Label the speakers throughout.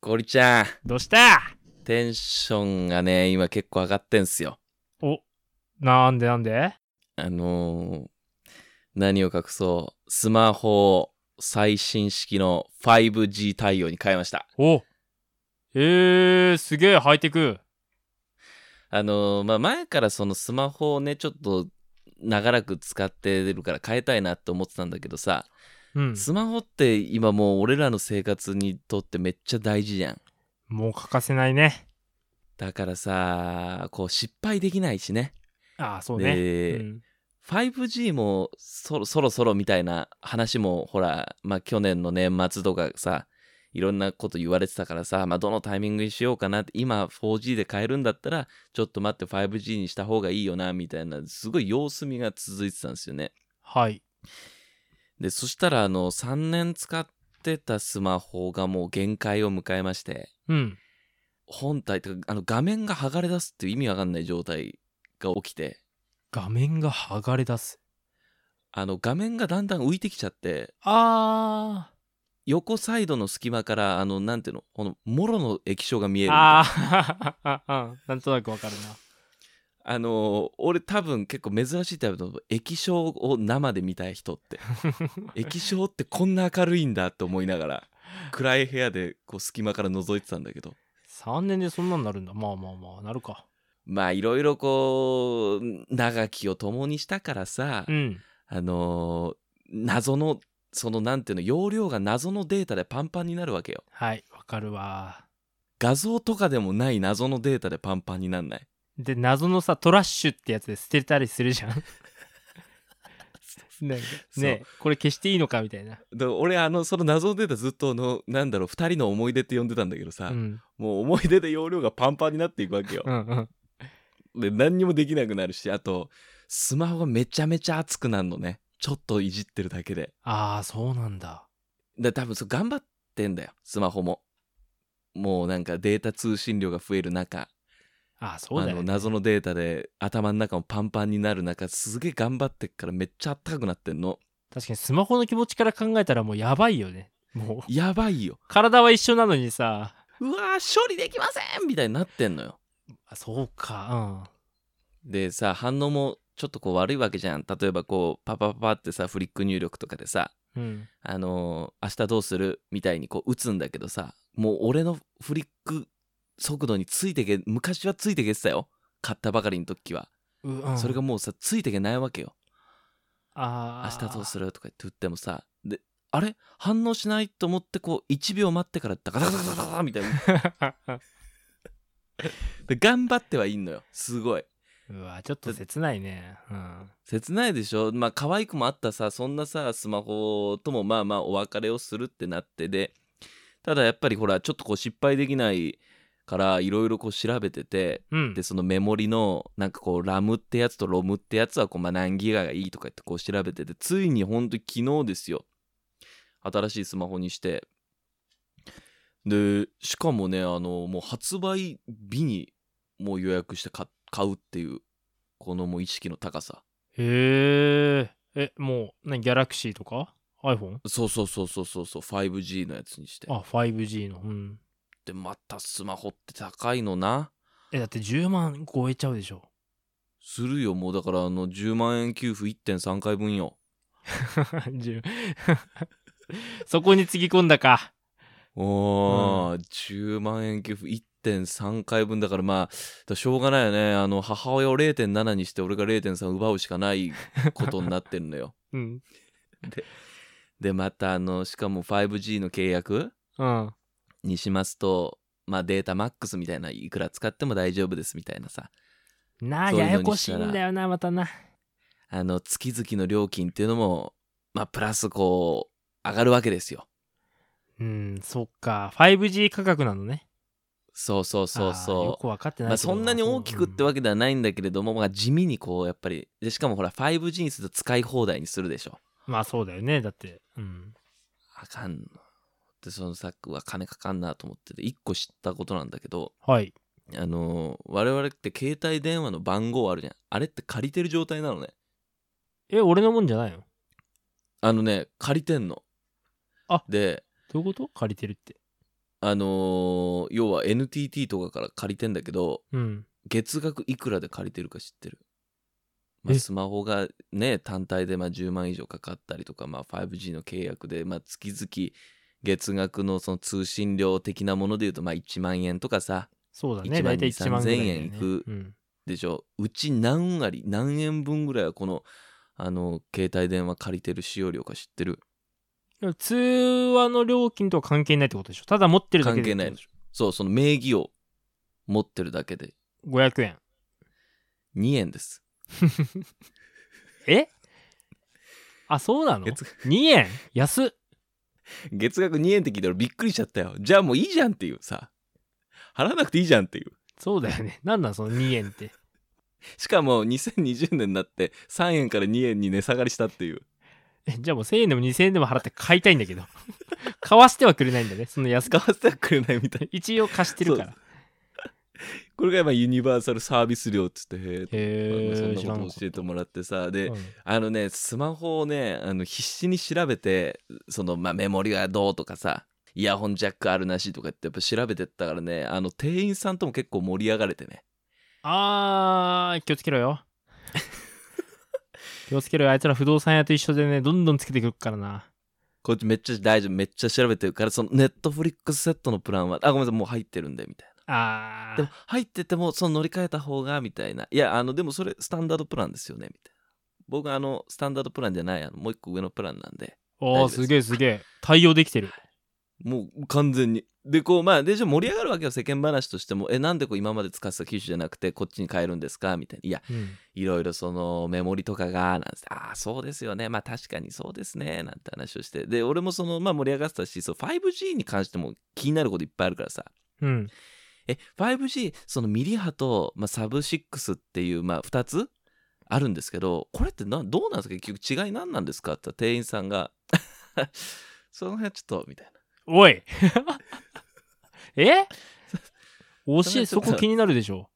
Speaker 1: ゴリちゃん、
Speaker 2: どうした
Speaker 1: テンションがね、今結構上がってんすよ。
Speaker 2: お、なんでなんで
Speaker 1: あのー何を隠そう、スマホを最新式の 5G 対応に変えました。
Speaker 2: おえー、すげえハイテク。
Speaker 1: あのーまあ、前からそのスマホをね、ちょっと長らく使ってるから変えたいなって思ってたんだけどさ、
Speaker 2: うん。
Speaker 1: スマホって今もう俺らの生活にとってめっちゃ大事じゃん。
Speaker 2: もう欠かせないね。
Speaker 1: だからさ、こう失敗できないしね。
Speaker 2: ああ、そうね。
Speaker 1: で
Speaker 2: うん
Speaker 1: 5G もそろそろそろみたいな話もほら、まあ、去年の年末とかさいろんなこと言われてたからさ、まあ、どのタイミングにしようかなって今 4G で変えるんだったらちょっと待って 5G にした方がいいよなみたいなすごい様子見が続いてたんですよね
Speaker 2: はい。
Speaker 1: でそしたらあの3年使ってたスマホがもう限界を迎えまして
Speaker 2: うん。
Speaker 1: 本体とかあの画面が剥がれ出すっていう意味わかんない状態が起きて
Speaker 2: 画面が剥がれ出す。
Speaker 1: あの画面がだんだん浮いてきちゃって
Speaker 2: あ
Speaker 1: 横サイドの隙間からあのなんていうのこのもろの液晶が見え
Speaker 2: ー。
Speaker 1: る
Speaker 2: あ
Speaker 1: あ
Speaker 2: ー、 うん。なんとなくわかる
Speaker 1: のー俺多分結構珍しいタイプの液晶を生で見たい人って 液晶ってこんな明るいんだって思いながら暗い部屋でこう隙間から覗いてたんだけど
Speaker 2: な。3年でそんなんなるんだ。まあまあまあ、なるか。
Speaker 1: まあいろいろこう長きを共にしたからさ、
Speaker 2: うん。
Speaker 1: あのー謎のそのなんていうの容量が謎のデータでパンパンになるわけよ
Speaker 2: はい、わかるわ。
Speaker 1: 画像とかでもない謎のデータでパンパンになんない
Speaker 2: で、謎のさ、トラッシュってやつで捨てたりするじゃん。 なんか
Speaker 1: そう
Speaker 2: ねえこれ消していいのかみたいな。
Speaker 1: だから俺あのその謎のデータずっとあのなんだろう2人の思い出って呼んでたんだけどさ、
Speaker 2: うん。
Speaker 1: もう思い出で容量がパンパンになっていくわけよ
Speaker 2: うんうん。
Speaker 1: で何にもできなくなるしあとスマホがめちゃめちゃ熱くなるのねちょっといじってるだけで
Speaker 2: ああ、そうなんだ。
Speaker 1: で多分そう頑張ってんだよスマホももうなんかデータ通信量が増える中、
Speaker 2: ああ、そう
Speaker 1: あ
Speaker 2: だよ、
Speaker 1: の
Speaker 2: ね。
Speaker 1: 謎のデータで頭の中もパンパンになる中すげえ頑張ってっからめっちゃあったかくなってんの
Speaker 2: 確かにスマホの気持ちから考えたらもうやばいよね。もう、
Speaker 1: やばいよ
Speaker 2: 体は一緒なのにさ。
Speaker 1: うわー処理できませんみたいになってんのよ
Speaker 2: あそうか、
Speaker 1: でさ反応もちょっとこう悪いわけじゃん例えばこうパパパパってさフリック入力とかでさ
Speaker 2: うん。うん。
Speaker 1: あのー明日どうするみたいにこう打つんだけどさもう俺のフリック速度についてけ昔はついてけてたよ買ったばかりの時は、
Speaker 2: ううん、
Speaker 1: それがもうさついてけないわけよ明
Speaker 2: ああ
Speaker 1: 日どう するとか言って打ってもさであれ反応しないと思ってこう1秒待ってからダカダカダカダカダカみ たいなで頑張ってはいいのよすごいう
Speaker 2: わちょっと切ないねうん
Speaker 1: 切ないでしょまあ可愛くもあったさそんなさスマホともまあまあお別れをするってなってでただやっぱりほらちょっとこう失敗できないからいろいろこう調べてて
Speaker 2: うん
Speaker 1: でそのメモリのなんかこうラムってやつとロムってやつはこうまあ何ギガがいいとかってこう調べててついにほんと昨日ですよ新しいスマホにしてでしかもねあのもう発売日にもう予約して買買うっていうこのもう意識の高さ
Speaker 2: へええもう何ギャラクシーとか iPhone?
Speaker 1: そうそうそうそうそうそう 5G のやつにして
Speaker 2: あ 5G のうん
Speaker 1: でまたスマホって高いのな
Speaker 2: えだって10万超えちゃうでしょ
Speaker 1: するよもうだからあの10万円給付1.3回分よ
Speaker 2: 10 そこにつぎ込んだか
Speaker 1: おー、10万円給付1.3回分だからまあだからしょうがないよねあの母親を0.7にして俺が0.3奪うしかないことになってるのよ
Speaker 2: うん
Speaker 1: でまたあのしかも 5G の契約
Speaker 2: うん
Speaker 1: にしますとまあデータマックスみたいないくら使っても大丈夫ですみたいなさ
Speaker 2: なあ
Speaker 1: そういうのにしたら
Speaker 2: ややこしいんだよなまたな
Speaker 1: あの、月々の料金っていうのも、まあ、プラスこう、上がるわけですよ。
Speaker 2: うんそっか 5G 価格なのね
Speaker 1: そうそうそう
Speaker 2: あーよ
Speaker 1: そ
Speaker 2: く分かって
Speaker 1: う。
Speaker 2: ない
Speaker 1: まあ、
Speaker 2: けど
Speaker 1: そんなに大きくってわけではないんだけれども、まあ、地味にこう、やっぱり、で、しかもほら、5G にすると使い放題にするでしょ。
Speaker 2: まあそうだよねだってうん
Speaker 1: あかんの。で、そのさ、は金かかんなと思ってて、一個知ったことなんだけど、
Speaker 2: はい
Speaker 1: あのー我々って携帯電話の番号あるじゃん。あれって借りてる状態なのね。
Speaker 2: え俺のもんじゃないのど
Speaker 1: あのね、借りてんの。
Speaker 2: あ
Speaker 1: で、
Speaker 2: ういうこと借りてるって
Speaker 1: あのー要は NTT とかから借りてんだけど、
Speaker 2: うん。
Speaker 1: 月額いくらで借りてるか知ってる、まあ
Speaker 2: え
Speaker 1: スマホがね、単体でまあ10万以上かかったりとか、まあ 5G の契約で、まあ月々月額のその通信料的なもので言うと、まあ1万円とかさ、
Speaker 2: そうだ
Speaker 1: 1
Speaker 2: ね。
Speaker 1: 万
Speaker 2: 大体1万ぐらいだよね、
Speaker 1: 2000円いく
Speaker 2: うん。
Speaker 1: でしょうち何割何円分ぐらいはこのあの携帯電話借りてる使用料か知ってる
Speaker 2: でも通話の料金とは関係ないってことでしょただ持ってるだけで。
Speaker 1: 関係ないでしそうその名義を持ってるだけで
Speaker 2: 500円。
Speaker 1: 2円です
Speaker 2: えあ、そうなの
Speaker 1: 月
Speaker 2: ?2 円安っ
Speaker 1: 月額2円って聞いたらびっくりしちゃったよじゃあもういいじゃんっていうさ払わなくていいじゃんっていう
Speaker 2: そうだよね。なんなんその2円って。
Speaker 1: しかも2020年になって3円から2円に値下がりしたっていう
Speaker 2: えじゃあもう1000円でも2000円でも払って買いたいんだ けど。買わしてはくれないんだね。その安く。
Speaker 1: 使わせてはくれないみたい
Speaker 2: 一応貸してるから。
Speaker 1: これが今ユニバーサルサービス料っつってへえ
Speaker 2: へ
Speaker 1: そん
Speaker 2: え、
Speaker 1: な
Speaker 2: 知らん
Speaker 1: こ
Speaker 2: か
Speaker 1: と教えてもらってさで、
Speaker 2: うん
Speaker 1: あのねスマホをねあの必死に調べてその、まあ、メモリがどうとかさイヤホンジャックあるなしとかってやっぱ調べてったからねあの店員さんとも結構盛り上がれてね
Speaker 2: あー、気をつけろよ。 気をつけろよ。あいつら不動産屋と一緒でね、どんどんつけてくるからな。
Speaker 1: こっちめっちゃ大丈夫めっちゃ調べてるからそのネットフリックスセットのプランはあごめんなさいもう入ってるんでみたい
Speaker 2: あ
Speaker 1: なで
Speaker 2: ー
Speaker 1: も。入っててもその乗り換えた方がみたいないやあのでもそれスタンダードプランですよねみたいな僕あのスタンダードプランじゃないあのもう一個上のプランなんで
Speaker 2: お
Speaker 1: 大丈夫
Speaker 2: ー、
Speaker 1: です
Speaker 2: すげえすげえ。対応できてる。
Speaker 1: もう完全に。で、こう、まあ、で、じゃあ盛り上がるわけよ、世間話としても。え、なんでこう今まで使ってた機種じゃなくて、こっちに変えるんですかみたいな。いや、
Speaker 2: うん。
Speaker 1: いろいろそのメモリとかが、なんつって、ああ、そうですよね。まあ、確かにそうですね。なんて話をして。で、俺もその、まあ、盛り上がってたし、そう、5G に関しても気になることいっぱいあるからさ。
Speaker 2: うん。
Speaker 1: え、5G、そのミリ波と、まあ、サブ6っていう、まあ、2つあるんですけど、これってなどうなんですか結局違い何なんですかって言ったら店員さんが、 その辺ちょっと、みたいな。
Speaker 2: おい え教え、
Speaker 1: そ
Speaker 2: そ
Speaker 1: れちょっと
Speaker 2: こ気になるでしょ。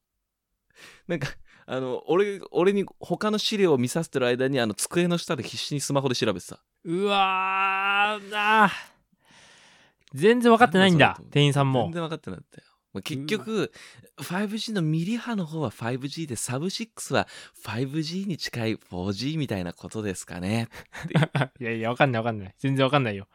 Speaker 1: なんか、あの、俺、俺に他の資料を見させてる間に、あの、机の下で必死にスマホで調べてた。
Speaker 2: うわー、あー全然分かってない
Speaker 1: な
Speaker 2: ん
Speaker 1: んだ
Speaker 2: だ
Speaker 1: それ、
Speaker 2: 店員さん
Speaker 1: 全
Speaker 2: も。
Speaker 1: 然分かってなかったよ。まあ結局、5G のミリ波の方は 5G で、サブ6は 5G に近い 4G みたいなことですかね。
Speaker 2: いやいや、分かんない分かんない。全然分かんないよ。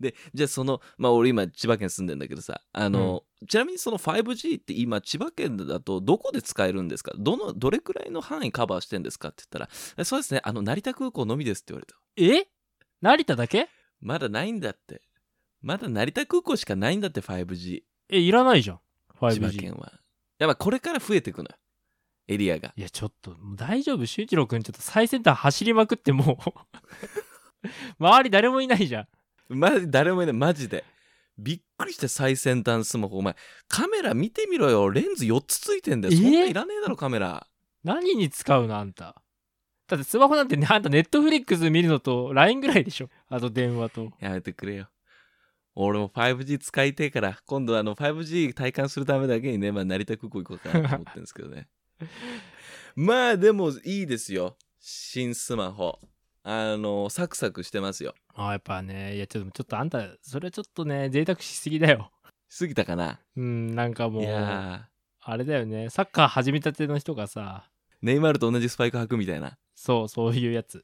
Speaker 1: で、じゃあその、まあ俺今千葉県住んでんだけどさ、あの、ちなみにその 5G って今千葉県だとどこで使えるんですかどの、どれくらいの範囲カバーしてんですかって言ったらえ、そうですね、あの、成田空港のみですって言われた。
Speaker 2: え成田だけ
Speaker 1: まだないんだって。まだ成田空港しかないんだって 5G。
Speaker 2: え、いらないじゃん。
Speaker 1: 千葉
Speaker 2: 5G。
Speaker 1: 県は。やっぱこれから増えていくのよ。エリアが。
Speaker 2: いや、ちょっと、もう大丈夫、修一郎くん、ちょっと最先端走りまくってもう、 周り誰もいないじゃん。
Speaker 1: まじ、誰もいない。マジで。びっくりして最先端スマホ。お前、カメラ見てみろよ。レンズ4つついてんだよ。
Speaker 2: え
Speaker 1: そんないらねえだろ、カメラ。
Speaker 2: 何に使うの、あんた。だってスマホなんてね、あんたネットフリックス見るのと LINE ぐらいでしょ。あと電話と。
Speaker 1: やめてくれよ。俺も 5G 使いてえから、今度あの 5G 体感するためだけにね、まあ、成田空港行こうかなと思ってるんですけど ね。まあでもいいですよ。新スマホ。あの、サクサクしてますよ。
Speaker 2: ああ、やっぱね、いや、ちょっと、ちょっとあんた、それはちょっとね、贅沢しすぎだよ。
Speaker 1: 過ぎたかな
Speaker 2: うん、なんかも、
Speaker 1: いうや
Speaker 2: あれだよね、サッカー始めたての人がさ、
Speaker 1: ーネイマールと同じスパイク履くみたいな
Speaker 2: そう、そういうやつ。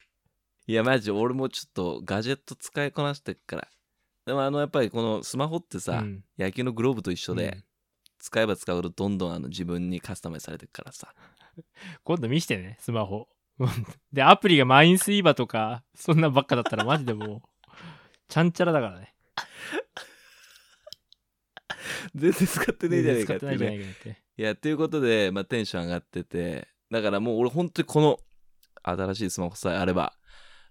Speaker 1: いやマジ俺もちょっとガジェット使いこなしてっからでもあのやっぱりこのスマホってさ、
Speaker 2: うん
Speaker 1: 野球のグローブと一緒で、
Speaker 2: うん
Speaker 1: 使えば使うほどどんどんあの自分にカスタマイズされてくからさ
Speaker 2: 今度見してね、スマホ。 で、アプリがマインスイーバーとか、そんなんばっかだったらマジでもう、ちゃんちゃらだからね。
Speaker 1: 全然使ってねえじゃねえか
Speaker 2: 使
Speaker 1: っ
Speaker 2: ってて
Speaker 1: ね
Speaker 2: ないいじゃ
Speaker 1: い
Speaker 2: ないかって。
Speaker 1: やということで、まあ、テンション上がっててだからもう俺本当にこの新しいスマホさえあれば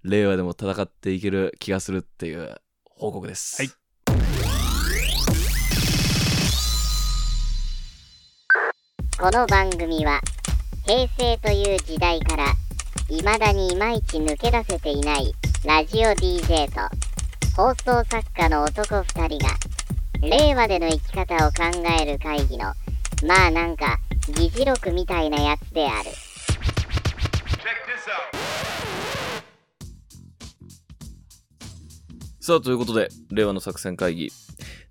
Speaker 1: 令和でも戦っていける気がするっていう報告です
Speaker 2: はい
Speaker 3: この番組は平成という時代から未だにいまいち抜け出せていないラジオ DJ と放送作家の男2人が令和での生き方を考える会議のまあなんか議事録みたいなやつである。
Speaker 1: さあということで令和の作戦会議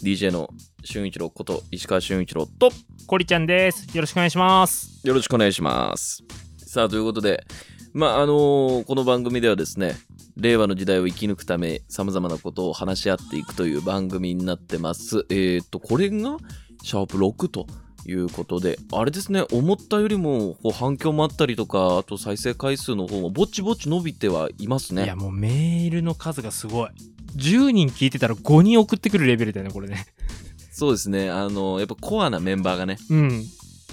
Speaker 1: DJ の俊一郎こと石川俊一郎と
Speaker 2: コリちゃんです。よろしくお願いします。
Speaker 1: よろしくお願いします。さあということで、まああのーこの番組ではですね、令和の時代を生き抜くため、さまざまなことを話し合っていくという番組になってます。えっ、ー、と、これがシャープ6ということで、あれですね、思ったよりもこう反響もあったりとか、あと再生回数の方もぼちぼち伸びてはいます
Speaker 2: い
Speaker 1: ね
Speaker 2: や。もうメールの数がすごい。10人聞いてたら5人送ってくるレベルだよね、これね。
Speaker 1: そうですね、あのーやっぱコアなメンバーがね、
Speaker 2: うん。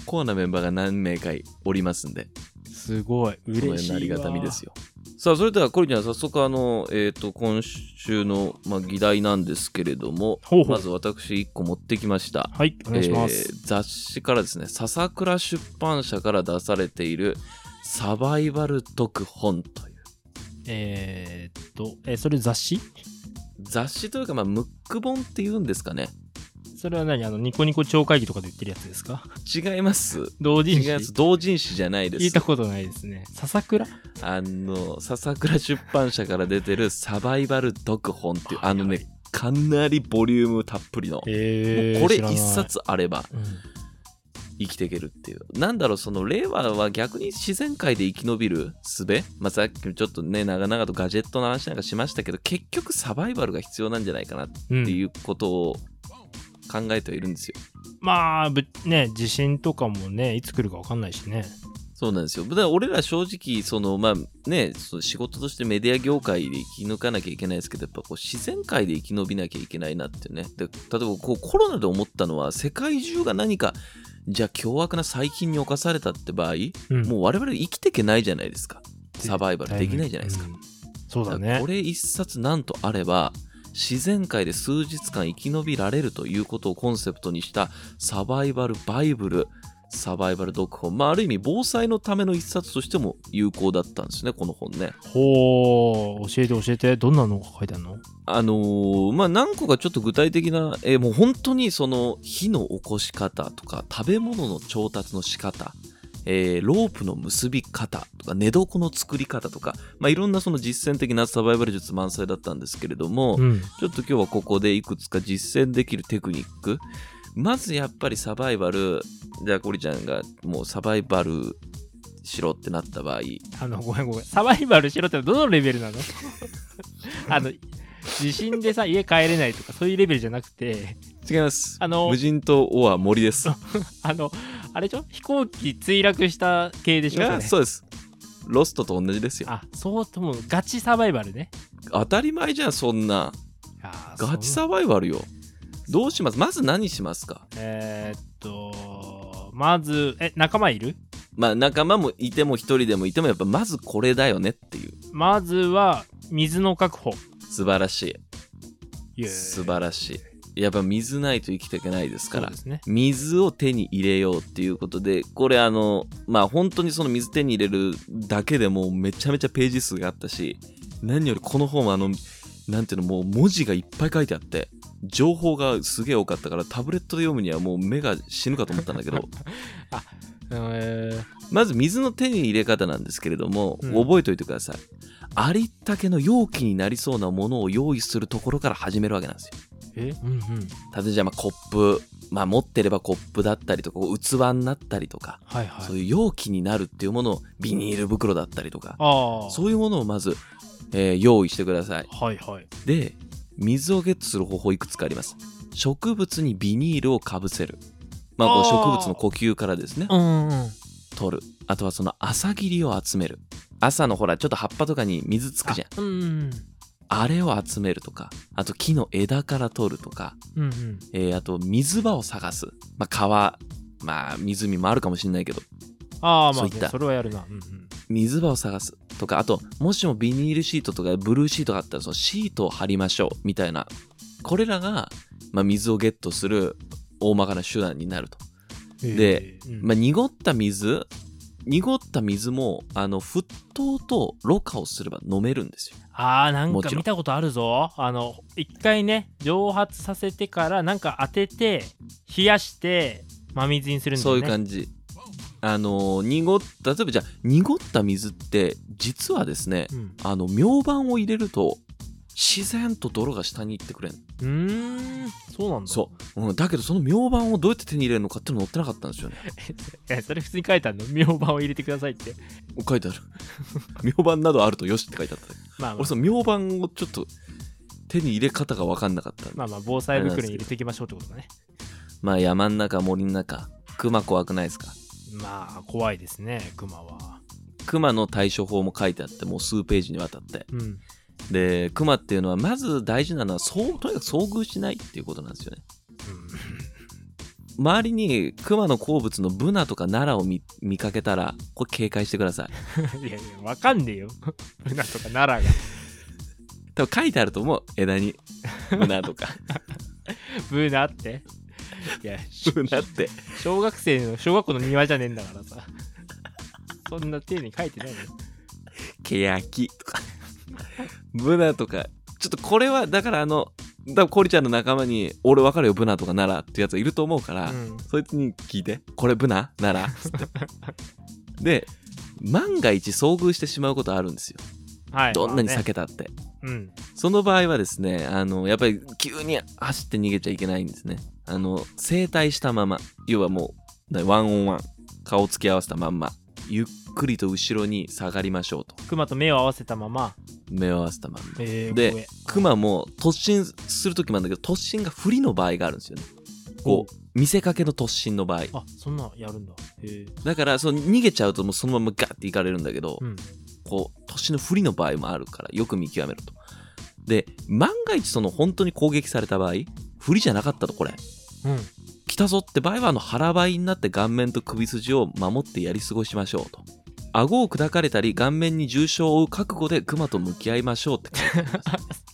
Speaker 1: コアなメンバーが何名かおりますんで、
Speaker 2: すごい。
Speaker 1: その
Speaker 2: 嬉
Speaker 1: よう
Speaker 2: しい
Speaker 1: な
Speaker 2: わ。
Speaker 1: ありがたみですよ。さあ、それでは、コリちゃん、早速、あの、えっ、と、今週の、まあ、議題なんですけれども、
Speaker 2: ほうほう
Speaker 1: まず私、1個持ってきました。
Speaker 2: はい、お願いします
Speaker 1: え。ー雑誌からですね、笹倉出版社から出されている、サバイバル読本という、
Speaker 2: えーっと、えそれ雑誌
Speaker 1: 雑誌というか、まあ、ムック本っていうんですかね。
Speaker 2: それは何あの、ニコニコ超会議とかで言ってるやつですか
Speaker 1: 違います。
Speaker 2: 同
Speaker 1: 違
Speaker 2: 人誌
Speaker 1: います。同人誌じゃないで
Speaker 2: 聞い
Speaker 1: す
Speaker 2: た。ことないですね。笹倉
Speaker 1: あの、笹倉出版社から出てる、サバイバル読本っていう、あのね、かなりボリュームたっぷりの。
Speaker 2: え
Speaker 1: も
Speaker 2: ー、
Speaker 1: うこれ
Speaker 2: 知らない
Speaker 1: 一。冊あれば
Speaker 2: うん
Speaker 1: 生きていけるっていう。なんだろう、その令和は逆に自然界で生き延びる術まあ、さっきもちょっとね、長々とガジェットの話なんかしましたけど、結局サバイバルが必要なんじゃないかなって
Speaker 2: うん
Speaker 1: いうことを考えてはいるんですよ。
Speaker 2: まあぶね地震とかもねいつ来るか分かんないしね
Speaker 1: そうなんですよ。だから俺ら正直、そのまあね、その仕事としてメディア業界で生き抜かなきゃいけないですけど、やっぱこう自然界で生き延びなきゃいけないなってね。で例えばこうコロナで思ったのは、世界中が何か、じゃあ凶悪な細菌に侵されたって場合、
Speaker 2: うん
Speaker 1: もう我々生きていけないじゃないですか。
Speaker 2: 絶対
Speaker 1: サバイバルできないじゃないですか。
Speaker 2: うんそうだね
Speaker 1: これ一冊なんとあれば、自然界で数日間生き延びられるということをコンセプトにしたサバイバルバイブル、サバイバル読本。まあ、ある意味防災のための一冊としても有効だったんですね、この本ね。
Speaker 2: ほう教えて教えてどんなのが書いてあるの
Speaker 1: あのーまあ、何個かちょっと具体的な、えーもう本当にその火の起こし方とか食べ物の調達の仕方、えーロープの結び方とか寝床の作り方とか、まあ、いろんなその実践的なサバイバル術満載だったんですけれども、
Speaker 2: うん
Speaker 1: ちょっと今日はここでいくつか実践できるテクニック。まずやっぱりサバイバル、じゃあコリちゃんがもうサバイバルしろってなった場合、
Speaker 2: あのごめんごめんサバイバルしろってどのレベルな のあの地震でさ家帰れないとかそういうレベルじゃなくて
Speaker 1: 違います。
Speaker 2: あの
Speaker 1: 無人島オア森です。
Speaker 2: あのあれでしょ飛行機墜落した系でしょそれ
Speaker 1: がそうです。ロストと同じですよ。
Speaker 2: あそうともガチサバイバルね
Speaker 1: 当たり前じゃん、そんな。
Speaker 2: あー
Speaker 1: ガチ
Speaker 2: そう
Speaker 1: サバイバルよ。どうしますまず何しますか
Speaker 2: えーっとまずえ仲間いる
Speaker 1: まあ仲間もいても一人でもいてもやっぱまずこれだよねっていう。
Speaker 2: まずは水の確保
Speaker 1: 素晴らし
Speaker 2: イエ
Speaker 1: い。
Speaker 2: ーイ
Speaker 1: 素晴らしい。やっぱ水ないと生きていけないですから
Speaker 2: そうで。すね
Speaker 1: 水を手に入れようっていうことでこれあのまあ本当にその水手に入れるだけでもうめちゃめちゃページ数があったし何よりこの本はあのなんていうのもう文字がいっぱい書いてあって情報がすげえ多かったからタブレットで読むにはもう目が死ぬかと思ったんだけ ど
Speaker 2: えー
Speaker 1: まず水の手に入れ方なんですけれども、
Speaker 2: うん
Speaker 1: 覚えておいてくださいありったけの容器になりそうなものを用意するところから始めるわけなんですよ
Speaker 2: えうんうん
Speaker 1: 例えばまあコップ、まあ、持ってればコップだったりとかこう器になったりとか
Speaker 2: はいはい
Speaker 1: そういう容器になるっていうものをビニール袋だったりとか
Speaker 2: ああ
Speaker 1: そういうものをまず、えー用意してください
Speaker 2: はいはい
Speaker 1: で水をゲットする方法いくつかあります植物にビニールをかぶせるまあこ
Speaker 2: あ
Speaker 1: う
Speaker 2: ー
Speaker 1: 植物の呼吸からですね
Speaker 2: うんうん
Speaker 1: 取るあとはその朝霧を集める朝のほらちょっと葉っぱとかに水つくじゃん
Speaker 2: うんうん
Speaker 1: あれを集めるとかあと木の枝から取るとか
Speaker 2: うんうん
Speaker 1: えーあと水場を探すまあ川まあ湖もあるかもしれないけど
Speaker 2: ああま
Speaker 1: そ
Speaker 2: あ
Speaker 1: ういった
Speaker 2: ねそれはやるなうんうん
Speaker 1: 水場を探すとかあともしもビニールシートとかブルーシートがあったらそのシートを貼りましょうみたいなこれらが、まあ、水をゲットする大まかな手段になると、で
Speaker 2: えーうん
Speaker 1: まあ、濁った水濁った水もあの沸騰とろ過をすれば飲めるんですよ
Speaker 2: ああなん
Speaker 1: もち
Speaker 2: か
Speaker 1: ろん
Speaker 2: 見たことあるぞあの一回ね蒸発させてからなんか当てて冷やして真水にするんだ
Speaker 1: そ
Speaker 2: よ
Speaker 1: う
Speaker 2: ね
Speaker 1: いう感じあの濁っ例えばじゃあ濁った水って実はですね
Speaker 2: うん
Speaker 1: あの明板を入れると自然と泥が下に行ってくれん
Speaker 2: うーんそうなんだ
Speaker 1: そう、うん、だけどその明板をどうやって手に入れるのかっていうの載ってなかったんですよね
Speaker 2: えそれ普通に書いてあるの明板を入れてくださいって
Speaker 1: お書いてある 明板などあるとよしって書いてあった
Speaker 2: まあま
Speaker 1: 俺
Speaker 2: あ
Speaker 1: その明板をちょっと手に入れ方が分かんなかったんで
Speaker 2: まあまあ防災袋に入れていきましょうってことだね
Speaker 1: まあ山ん中森ん中熊怖くないですか
Speaker 2: まあ怖いですねクマは
Speaker 1: 熊の対処法も書いてあってもう数ページにわたって
Speaker 2: うん
Speaker 1: で熊っていうのはまず大事なのはそうとにかく遭遇しないっていうことなんですよね周りに熊の好物のブナとか奈良を見見かけたらこれ警戒してください
Speaker 2: うんいやいやわかんねえよ ブナとか奈良が
Speaker 1: 多分書いてあると思う枝にブナとか
Speaker 2: ブナっていや
Speaker 1: ブナって
Speaker 2: 小学生の小学校の庭じゃねえんだからさ そんな丁寧に書いてないのよ
Speaker 1: ケヤキとかブナとかちょっとこれはだからあの多分コリちゃんの仲間に「俺分かるよブナとか奈良」ってやつがいると思うから、
Speaker 2: うん
Speaker 1: そいつに聞いて「これブナ奈良」っつ ってで万が一遭遇してしまうことあるんですよ
Speaker 2: はい
Speaker 1: どんなに
Speaker 2: まあ
Speaker 1: 避
Speaker 2: ね
Speaker 1: けたって、
Speaker 2: うん
Speaker 1: その場合はですねあのやっぱり急に走って逃げちゃいけないんですねあの整体したまま要はもうなワンオンワン顔つき合わせたまんまゆっくりと後ろに下がりましょうと
Speaker 2: クマと目を合わせたまま
Speaker 1: 目を合わせたまんま
Speaker 2: えー
Speaker 1: で
Speaker 2: 怖え
Speaker 1: クマも突進する時もあるんだけど突進が不利の場合があるんですよねこう見せかけの突進の場合
Speaker 2: あそんなやるんだへえ
Speaker 1: だからその逃げちゃうともうそのままガッていかれるんだけど、
Speaker 2: うん
Speaker 1: こう突進の不利の場合もあるからよく見極めろとで万が一その本当に攻撃された場合不利じゃなかったとこれ
Speaker 2: うん
Speaker 1: 来たぞって場合はあの腹ばいになって顔面と首筋を守ってやり過ごしましょうと顎を砕かれたり顔面に重傷を負う覚悟でクマと向き合いましょうって書 いてあります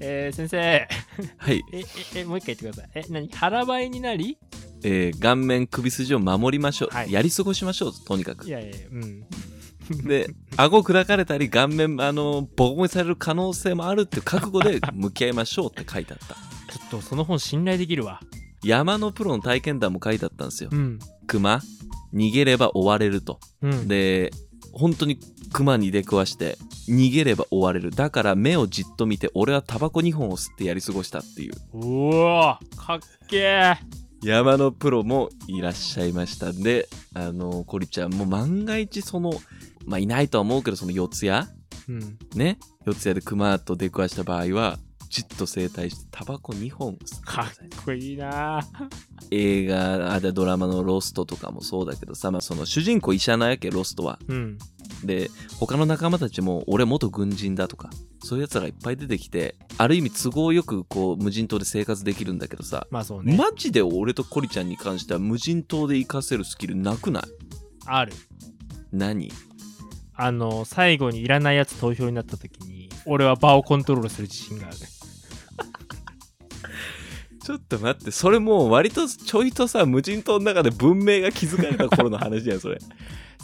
Speaker 2: えー、先生え
Speaker 1: はい
Speaker 2: ええもう一回言ってくださいえ何腹ばいになり
Speaker 1: えー顔面首筋を守りましょう、
Speaker 2: はい
Speaker 1: やり過ごしましょうとにかく
Speaker 2: いやいやいやうん
Speaker 1: で顎砕かれたり顔面あのボコボコにされる可能性もあるっていう覚悟 で向き合いましょうって書いてあった
Speaker 2: ちょっとその本信頼できるわ
Speaker 1: 山のプロの体験談も書いてあったんですよ
Speaker 2: うん
Speaker 1: 熊逃げれば追われると
Speaker 2: うん
Speaker 1: で本当に熊に出くわして逃げれば追われるだから目をじっと見て俺はタバコ2本を吸ってやり過ごしたっていう
Speaker 2: うおーかっけえ
Speaker 1: 山のプロもいらっしゃいましたんであのコリちゃんも万が一そのまあいないとは思うけどその四ツ谷
Speaker 2: うん
Speaker 1: ね四ツ谷で熊と出くわした場合はじっと整体してタバコ2本吸ってく
Speaker 2: か
Speaker 1: だ
Speaker 2: っ
Speaker 1: さい
Speaker 2: こいいな
Speaker 1: 映画あでドラマの「ロスト」とかもそうだけどさ、まあ、その主人公医者なんやけロストは
Speaker 2: うん
Speaker 1: で他の仲間たちも俺元軍人だとかそういうやつらがいっぱい出てきてある意味都合よくこう無人島で生活できるんだけどさ
Speaker 2: まあそうね、
Speaker 1: マジで俺とコリちゃんに関しては無人島で活かせるスキルなくない
Speaker 2: ある
Speaker 1: 何
Speaker 2: あの最後にいらないやつ投票になった時に俺は場をコントロールする自信がある
Speaker 1: ちょっと待ってそれもう割とちょいとさ無人島の中で文明が築かれた頃の話やんそれ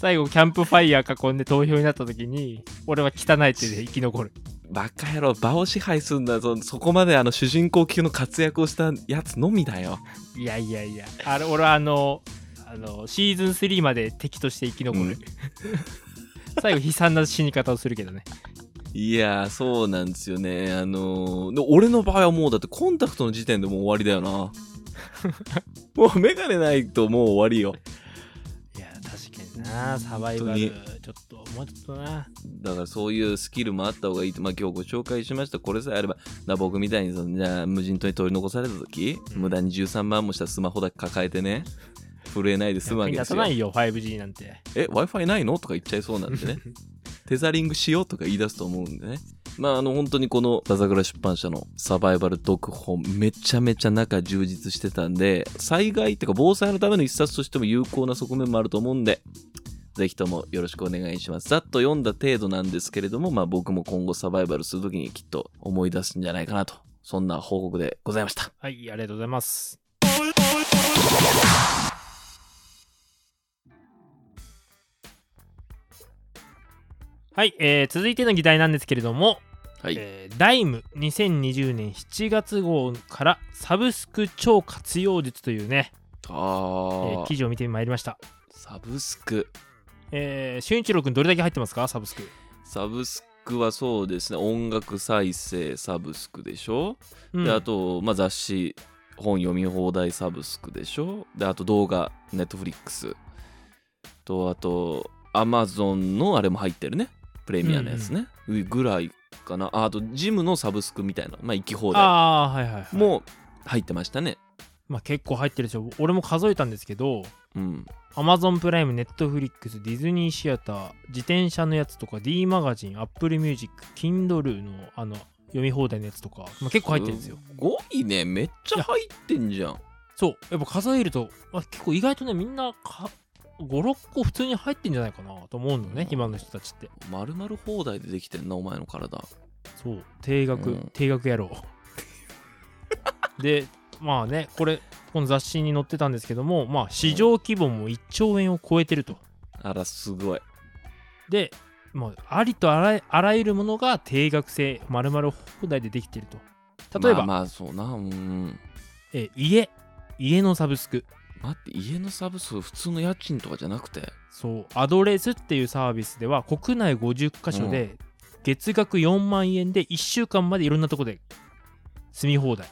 Speaker 2: 最後キャンプファイヤー囲んで投票になった時に俺は汚い手で生き残る
Speaker 1: バカ野郎場を支配すんだそそこまであの主人公級の活躍をしたやつのみだよ
Speaker 2: いやいやいやあれ俺はあのあのシーズン3まで敵として生き残る、
Speaker 1: うん
Speaker 2: 最後悲惨な死に方をするけどね
Speaker 1: いやーそうなんですよねあのーで俺の場合はもうだってコンタクトの時点でもう終わりだよな もうメガネないともう終わりよ
Speaker 2: いや確かになサバイバルち
Speaker 1: 本
Speaker 2: ょっともうちょっとな
Speaker 1: だからそういうスキルもあった方がいいとまあ今日ご紹介しましたこれさえあればだから僕みたいにそのじゃあ無人島に取り残された時
Speaker 2: うん
Speaker 1: 無駄に13万もしたスマホだけ抱えてね震えないで済むわけ
Speaker 2: 役に
Speaker 1: で
Speaker 2: 立
Speaker 1: す
Speaker 2: た
Speaker 1: よ
Speaker 2: ないよ 5G なんて
Speaker 1: え w i f i ないのとか言っちゃいそうなんでねテザリングしようとか言い出すと思うんでねまああの本当にこの笹倉出版社のサバイバル読本めちゃめちゃ中充実してたんで災害っていうか防災のための一冊としても有効な側面もあると思うんでぜひともよろしくお願いしますざっと読んだ程度なんですけれどもまあ僕も今後サバイバルするときにきっと思い出すんじゃないかなとそんな報告でございました
Speaker 2: はいありがとうございますはい、えー続いての議題なんですけれども、
Speaker 1: はい、
Speaker 2: えーダイム2020年7月号からサブスク超活用術というね、えー
Speaker 1: あー
Speaker 2: 記事を見てまいりました、
Speaker 1: サブスク
Speaker 2: えー、俊一郎君どれだけ入ってますかサブスク
Speaker 1: サブス僕はそうですね音楽再生サブスクでしょ、
Speaker 2: うん
Speaker 1: であと、まあ、雑誌本読み放題サブスクでしょであと動画ネットフリックスとあとアマゾンのあれも入ってるねプレミアのやつね、ぐらいかなああとジムのサブスクみたいなまあ行き放題
Speaker 2: ああはいはい、はい、う、
Speaker 1: も入ってましたね
Speaker 2: まあ、結構入ってるでしょ俺も数えたんですけど
Speaker 1: うん
Speaker 2: アマゾンプライム、ネットフリックス、ディズニーシアター、自転車のやつとか、D マガジン、Apple Music、Kindle のあの読み放題のやつとか、まあ、結構入ってるんですよ。
Speaker 1: 5位ねめっちゃ入ってんじゃん
Speaker 2: そう、やっぱ数えると、まあ、結構意外とね、みんなか5、6個普通に入ってんじゃないかなと思うのね、今の人たちって。
Speaker 1: まるまる放題でできてんなお前の体
Speaker 2: そう、定額、
Speaker 1: うん
Speaker 2: 定額やろう。 で、まあね、これ、この雑誌に載ってたんですけども、まあ、市場規模も1兆円を超えてると。
Speaker 1: あらすごい
Speaker 2: で、もうありとあらあらゆるものが定額制、まるまる放題でできていると。例えば、
Speaker 1: まあ、まあそうなうん
Speaker 2: えー家、家のサブスク、
Speaker 1: 待って家のサブスク普通の家賃とかじゃなくて
Speaker 2: そう、アドレスっていうサービスでは、国内50カ所で、月額4万円で1週間までいろんなとこで住み放題。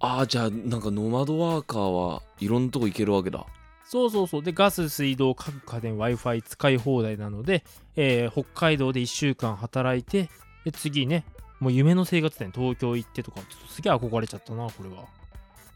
Speaker 1: ああじゃあなんかノマドワーカーはいろんなとこ行けるわけだ
Speaker 2: そうそうそう。で、ガス、水道、各家電、Wi-Fi 使い放題なので、えー北海道で1週間働いて、で、次ね、もう夢の生活圏、東京行ってとか、ちょっとすげえ憧れちゃったな、これは。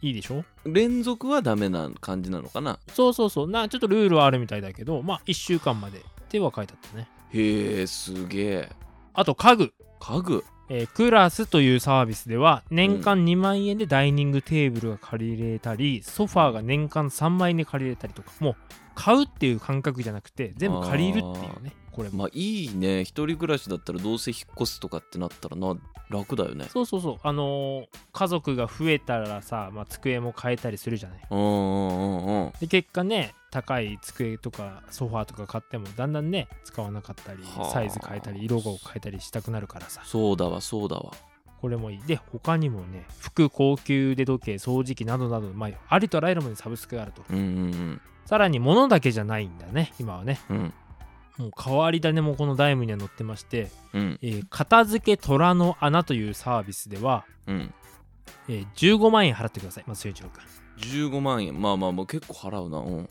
Speaker 2: いいでしょ
Speaker 1: 連続はダメな感じなのかな
Speaker 2: そうそうそう。な、ちょっとルールはあるみたいだけど、まあ、1週間までっては書いてあったね。
Speaker 1: へえすげえ
Speaker 2: あと、家具。
Speaker 1: 家具
Speaker 2: えークラスというサービスでは、年間2万円でダイニングテーブルが借りれたり、ソファーが年間3万円で借りれたりとか、もう、買うっていう感覚じゃなくて、全部借りるっていうね、これも。
Speaker 1: まあいいね一人暮らしだったらどうせ引っ越すとかってなったらな楽だよね
Speaker 2: そうそうそう。あのー家族が増えたらさ、まあ、机も変えたりするじゃない。
Speaker 1: うんうんうんうん
Speaker 2: で、結果ね、高い机とかソファーとか買っても、だんだんね、使わなかったり
Speaker 1: は、あ
Speaker 2: サイズ変えたり、色を変えたりしたくなるからさ。
Speaker 1: そうだわそうだわ
Speaker 2: これもいい。で、他にもね、服、高級腕時計、掃除機などなど、まあ、ありとあらゆるものにサブスクがあると。
Speaker 1: うんうん
Speaker 2: さらに、物だけじゃないんだね、今はね。
Speaker 1: うんうん
Speaker 2: もう、変わり種もこのダイムには載ってまして、
Speaker 1: うん
Speaker 2: えー片付け虎の穴というサービスでは、
Speaker 1: うん
Speaker 2: えー15万円払ってください、松井一郎君。
Speaker 1: 15万円まあまあもう結構払うなうん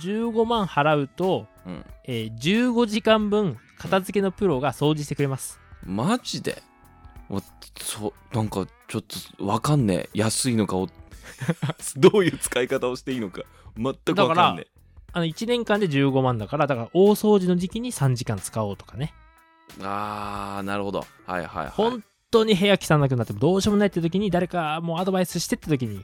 Speaker 2: 15万払うと、
Speaker 1: うん
Speaker 2: えー15時間分片付けのプロが掃除してくれます、
Speaker 1: マジでわそなんかちょっとわかんねえ安いのかお どういう使い方をしていいのか全くわかんね
Speaker 2: あの1年間で15万だからだから大掃除の時期に3時間使おうとかね
Speaker 1: えあーなるほどはいはいはい
Speaker 2: 本当に部屋汚くなってもどうしようもないって時に誰かもうアドバイスしてって時に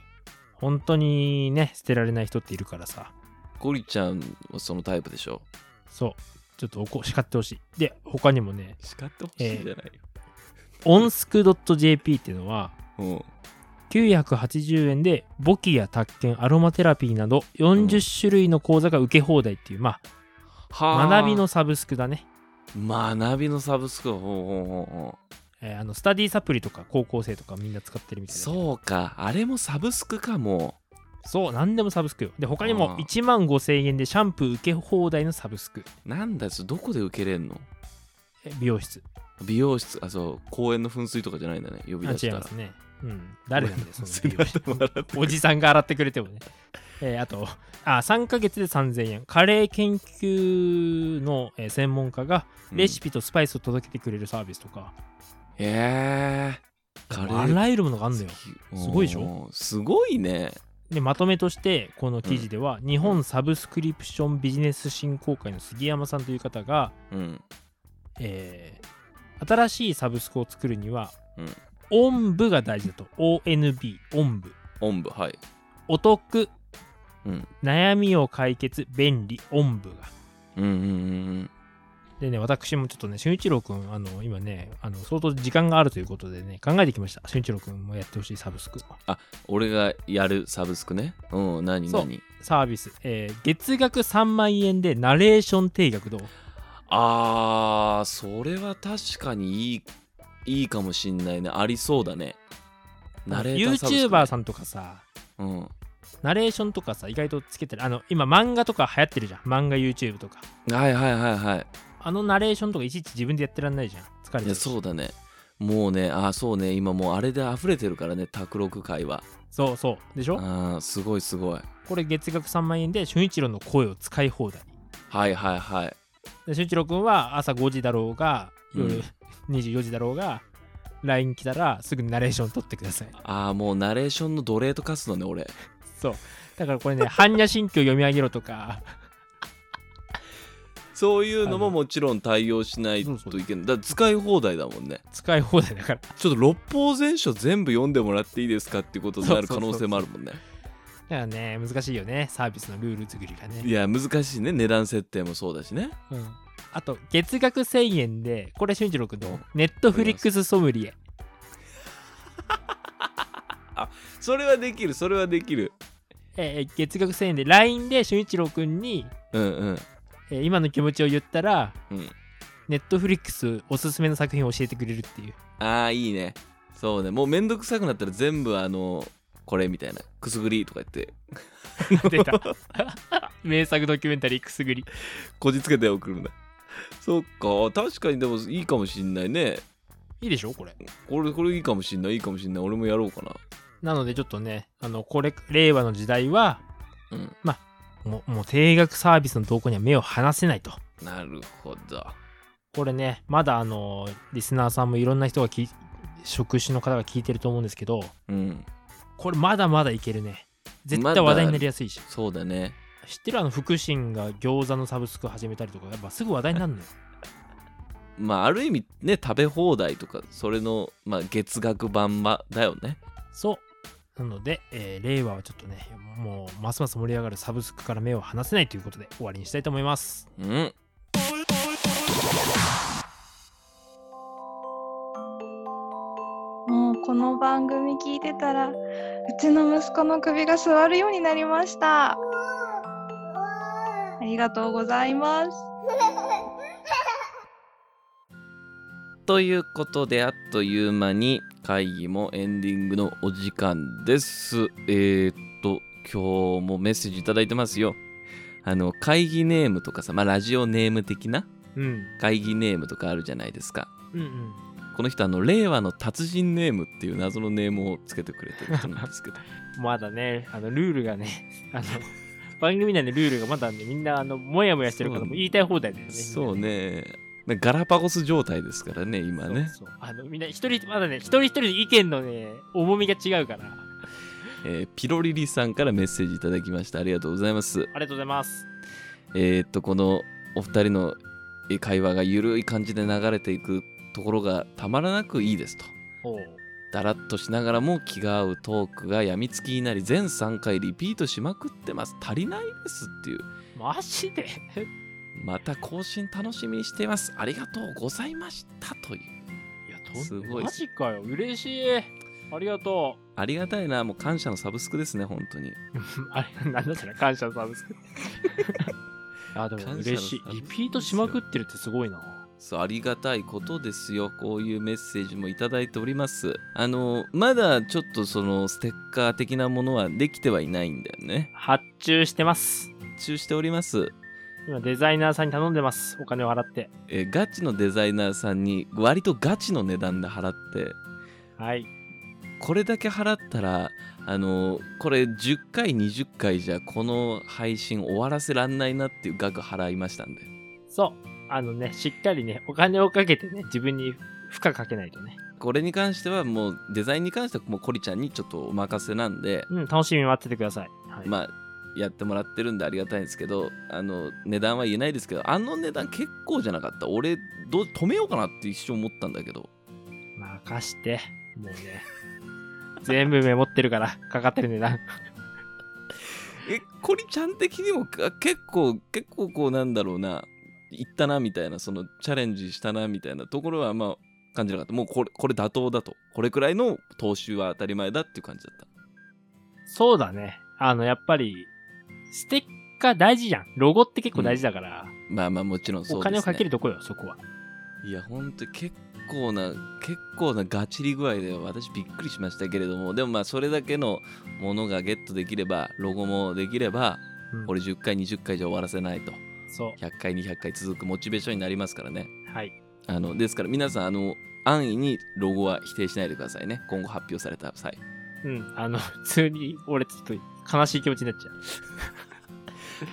Speaker 2: 本当にね捨てられない人っているからさ
Speaker 1: ゴリちゃんはそのタイプでしょ
Speaker 2: そうちょっとおこ叱ってほしいで他にもね
Speaker 1: 叱ってほ
Speaker 2: しいんじ
Speaker 1: ゃないよ、
Speaker 2: オンスク .jp っていうのは
Speaker 1: うん
Speaker 2: 980円で簿記や宅建アロマテラピーなど40種類の講座が受け放題っていう、まあ
Speaker 1: はあ
Speaker 2: 学びのサブスクだね、
Speaker 1: 学びのサブスクほうほうほうほう
Speaker 2: えーあのスタディサプリとか高校生とかみんな使ってるみたいだけど
Speaker 1: そうかあれもサブスクかも
Speaker 2: そう何でもサブスクよで他に
Speaker 1: あ
Speaker 2: も
Speaker 1: ー
Speaker 2: 1万5000円でシャンプー受け放題のサブスク
Speaker 1: なんだよそれどこで受けれんの
Speaker 2: え美容室
Speaker 1: 美容室あそう公園の噴水とかじゃないんだね呼び
Speaker 2: あ
Speaker 1: 出し
Speaker 2: 違い
Speaker 1: たら
Speaker 2: ますねうん誰なんだよそ の美容室
Speaker 1: 姿も洗って
Speaker 2: おじさんが洗ってくれてもねえーあとあ3ヶ月で3000円カレー研究の、えー専門家がレシピとスパイスを届けてくれるサービスとか、
Speaker 1: へえカレー
Speaker 2: あらゆるものがあるんだよ
Speaker 1: うん
Speaker 2: すごいでしょ
Speaker 1: すごいね
Speaker 2: でまとめとしてこの記事では、日本サブスクリプションビジネス振興会の杉山さんという方が、
Speaker 1: うん
Speaker 2: えー新しいサブスクを作るには、
Speaker 1: うん
Speaker 2: おん、音部が大事だと ONB 音部
Speaker 1: おんぶはい
Speaker 2: お得、
Speaker 1: うん
Speaker 2: 悩みを解決便利音部が
Speaker 1: うんうんうん
Speaker 2: でね私もちょっとね俊一郎くんあの今ねあの相当時間があるということでね考えてきました俊一郎くんもやってほしいサブスク
Speaker 1: 俺がやるサブスクねうん何
Speaker 2: そう
Speaker 1: 何
Speaker 2: サービス、えー月額3万円でナレーション定額どう
Speaker 1: あーそれは確かにいいいいかもしんないねありそうだねナレーターサブスク、ね、
Speaker 2: YouTuber さんとかさ
Speaker 1: んうん
Speaker 2: ナレーションとかさ意外とつけてるあの今漫画とか流行ってるじゃん漫画 YouTube とか
Speaker 1: はいはいはいはい
Speaker 2: あのナレーションとかいちいち自分でやってらんないじゃん疲れ
Speaker 1: いや
Speaker 2: てる
Speaker 1: そうだねもうねあそうね今もうあれで溢れてるからね卓録会は
Speaker 2: そうそうでしょ
Speaker 1: あーすごいすごい
Speaker 2: これ月額3万円で俊一郎の声を使い放題
Speaker 1: はいはいはい
Speaker 2: で俊一郎君は朝5時だろうが
Speaker 1: う
Speaker 2: 夜
Speaker 1: ん
Speaker 2: 24時だろうが LINE 来たらすぐにナレーション取ってください
Speaker 1: ああもうナレーションの奴隷と化すのね俺
Speaker 2: そうだからこれね 「般若心経読み上げろ」とか
Speaker 1: そういうの
Speaker 2: あ
Speaker 1: も
Speaker 2: の
Speaker 1: もちろん対応しない
Speaker 2: そうそ
Speaker 1: と
Speaker 2: う
Speaker 1: いけないだから使い放題だもんね
Speaker 2: 使い放題だから
Speaker 1: ちょっと六法全書全部読んでもらっていいですかっていうことになる可能性もあるもんね
Speaker 2: だからね難しいよねサービスのルール作りがね
Speaker 1: い、や難しいね値段設定もそうだしね
Speaker 2: うん、あと月額1000円でこれ俊一郎君のネットフリックスソムリエ
Speaker 1: それはできるそれはできる
Speaker 2: えー月額1000円で LINE で俊一郎君に、
Speaker 1: うんうん
Speaker 2: えー今の気持ちを言ったら
Speaker 1: うん
Speaker 2: ネットフリックスおすすめの作品を教えてくれるっていう
Speaker 1: ああいいねそうねもうめんどくさくなったら全部あのこれみたいなくすぐりとか言って
Speaker 2: 出た名作ドキュメンタリーくすぐり
Speaker 1: こじつけて送るんだそっか確かにでもいいかもしんないね
Speaker 2: いいでしょこれ
Speaker 1: これこれいいかもしんないいいかもしんない俺もやろうかな
Speaker 2: なのでちょっとねあのこれ令和の時代は
Speaker 1: うん
Speaker 2: もうもう定額サービスの投稿には目を離せないと
Speaker 1: なるほど
Speaker 2: これねまだあのリスナーさんもいろんな人がき職種の方が聞いてると思うんですけど
Speaker 1: うん
Speaker 2: これまだまだいけるね絶
Speaker 1: ま
Speaker 2: 対
Speaker 1: だ
Speaker 2: 話題になりやすいし、
Speaker 1: そうだね
Speaker 2: 知ってるあの福神が餃子のサブスク始めたりとかやっぱすぐ話題にな るのよ
Speaker 1: まあある意味ね食べ放題とかそれの、まあ、月額版ばだよね
Speaker 2: そうなので、えー令和はちょっとねもうますます盛り上がるサブスクから目を離せないということで終わりにしたいと思います
Speaker 1: うん
Speaker 4: もうこの番組聞いてたらうちの息子の首が座るようになりましたありがとうございます
Speaker 1: ということであっという間に会議もエンディングのお時間です。えー、っと今日もメッセージいただいてますよ。あの会議ネームとかさ、まあ、ラジオネーム的な
Speaker 2: うん
Speaker 1: 会議ネームとかあるじゃないですか。
Speaker 2: うんうん
Speaker 1: この人あの令和の達人ネームっていう謎のネームをつけてくれてる人なんですけど
Speaker 2: まだね、あの、ルールがね、 あの、番組内のルールがまだね、みんな、あの、もやもやしてるから、
Speaker 1: そう
Speaker 2: もう言いたい放題だよね。
Speaker 1: そうねガラパゴス状態ですからね
Speaker 2: み
Speaker 1: 今
Speaker 2: んなね。
Speaker 1: ね、
Speaker 2: そうそうあの、みんな、一人、まだね、一人一人意見のね、重みが違うから、あ
Speaker 1: えーピロリリさんからメッセージいただきましたありがとうございます
Speaker 2: りがとうございます。
Speaker 1: えーっとこのお二人のえー会話がゆるい感じで流れていくところがたまらなくいいですと
Speaker 2: おう
Speaker 1: だらっとしながらも気が合うトークがやみつきになり全3回リピートしまくってます足りないですっていう
Speaker 2: マジで
Speaker 1: また更新楽しみにしていますありがとうございましたという
Speaker 2: いや、
Speaker 1: す
Speaker 2: とん
Speaker 1: ごい
Speaker 2: マジかよ、嬉しい。ありがとう。
Speaker 1: ありがたいなもう感謝のサブスクですね本当に
Speaker 2: あれ、なんだったら感謝のサービス。 あ、でも
Speaker 1: 感謝のサービス
Speaker 2: 嬉しい。リピートしまくってるってすごいな。
Speaker 1: そうありがたいことですよこういうメッセージもいただいておりますあのまだちょっとそのステッカー的なものはできてはいないんだよね
Speaker 2: 発注してます。
Speaker 1: 中しております
Speaker 2: 今、デザイナーさんに頼んでます。お金を払って。
Speaker 1: えーガチのデザイナーさんに割とガチの値段で払って
Speaker 2: はい。
Speaker 1: これだけ払ったらあのこれ10回20回じゃこの配信終わらせらんないなっていう額払いましたんで
Speaker 2: そう。あのね、しっかりね、お金をかけてね、自分に負荷かけないとね。
Speaker 1: これに関してはもうデザインに関してはもうコリちゃんにちょっとお任せなんで
Speaker 2: うん、楽しみに待っててください。はい。
Speaker 1: まあやってもらってるんでありがたいんですけどあの値段は言えないですけどあの値段結構じゃなかった俺どう止めようかなって一瞬思ったんだけど
Speaker 2: 任して。もうね。全部メモってるから、 かかってる値段。
Speaker 1: えコリちゃん的にもか結構結構こうなんだろうな行ったなみたいなそのチャレンジしたなみたいなところはまあ感じなかったもうこれこれ妥当だとこれくらいの投資は当たり前だっていう感じだった
Speaker 2: そうだね。あの、やっぱり、ステッカー大事じゃん。ロゴって結構大事だから、
Speaker 1: まあまあもちろんそうです、ね、
Speaker 2: お金をかけるとこよ、そこは。
Speaker 1: いやほんと結構な結構なガチリ具合で私びっくりしましたけれどもでもまあそれだけのものがゲットできればロゴもできれば
Speaker 2: うん
Speaker 1: これ10回20回じゃ終わらせないと
Speaker 2: そ
Speaker 1: 100回200回続くモチベーションになりますからね
Speaker 2: う。はい。
Speaker 1: あのですから皆さんあの安易にロゴは否定しないでくださいね今後発表された際
Speaker 2: うん、あの、普通に俺ちょっと悲しい気持ちになっちゃう。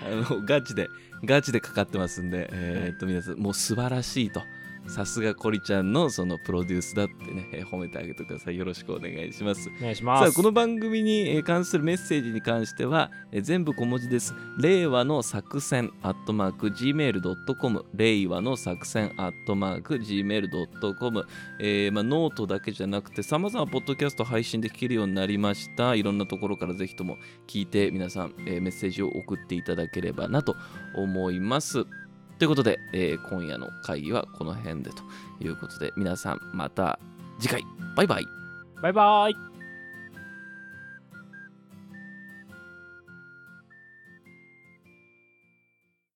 Speaker 1: あのガチでガチでかかってますんで、えーっと皆さんもう素晴らしいとさすがコリちゃんのそのプロデュースだってね、えー褒めてあげてくださいよろしくお願いします
Speaker 2: お願いします。
Speaker 1: さあこの番組にえー関するメッセージに関してはえー全部小文字です令和の作戦アットマーク gmail.com 令和の作戦アットマーク gmail.com、えーまあ、ノートだけじゃなくてさまざまポッドキャスト配信で聞けるようになりましたいろんなところからぜひとも聞いて皆さん、えーメッセージを送っていただければなと思いますということで、えー今夜の会議はこの辺でということで皆さんまた次回バイバイ
Speaker 2: バイバーイ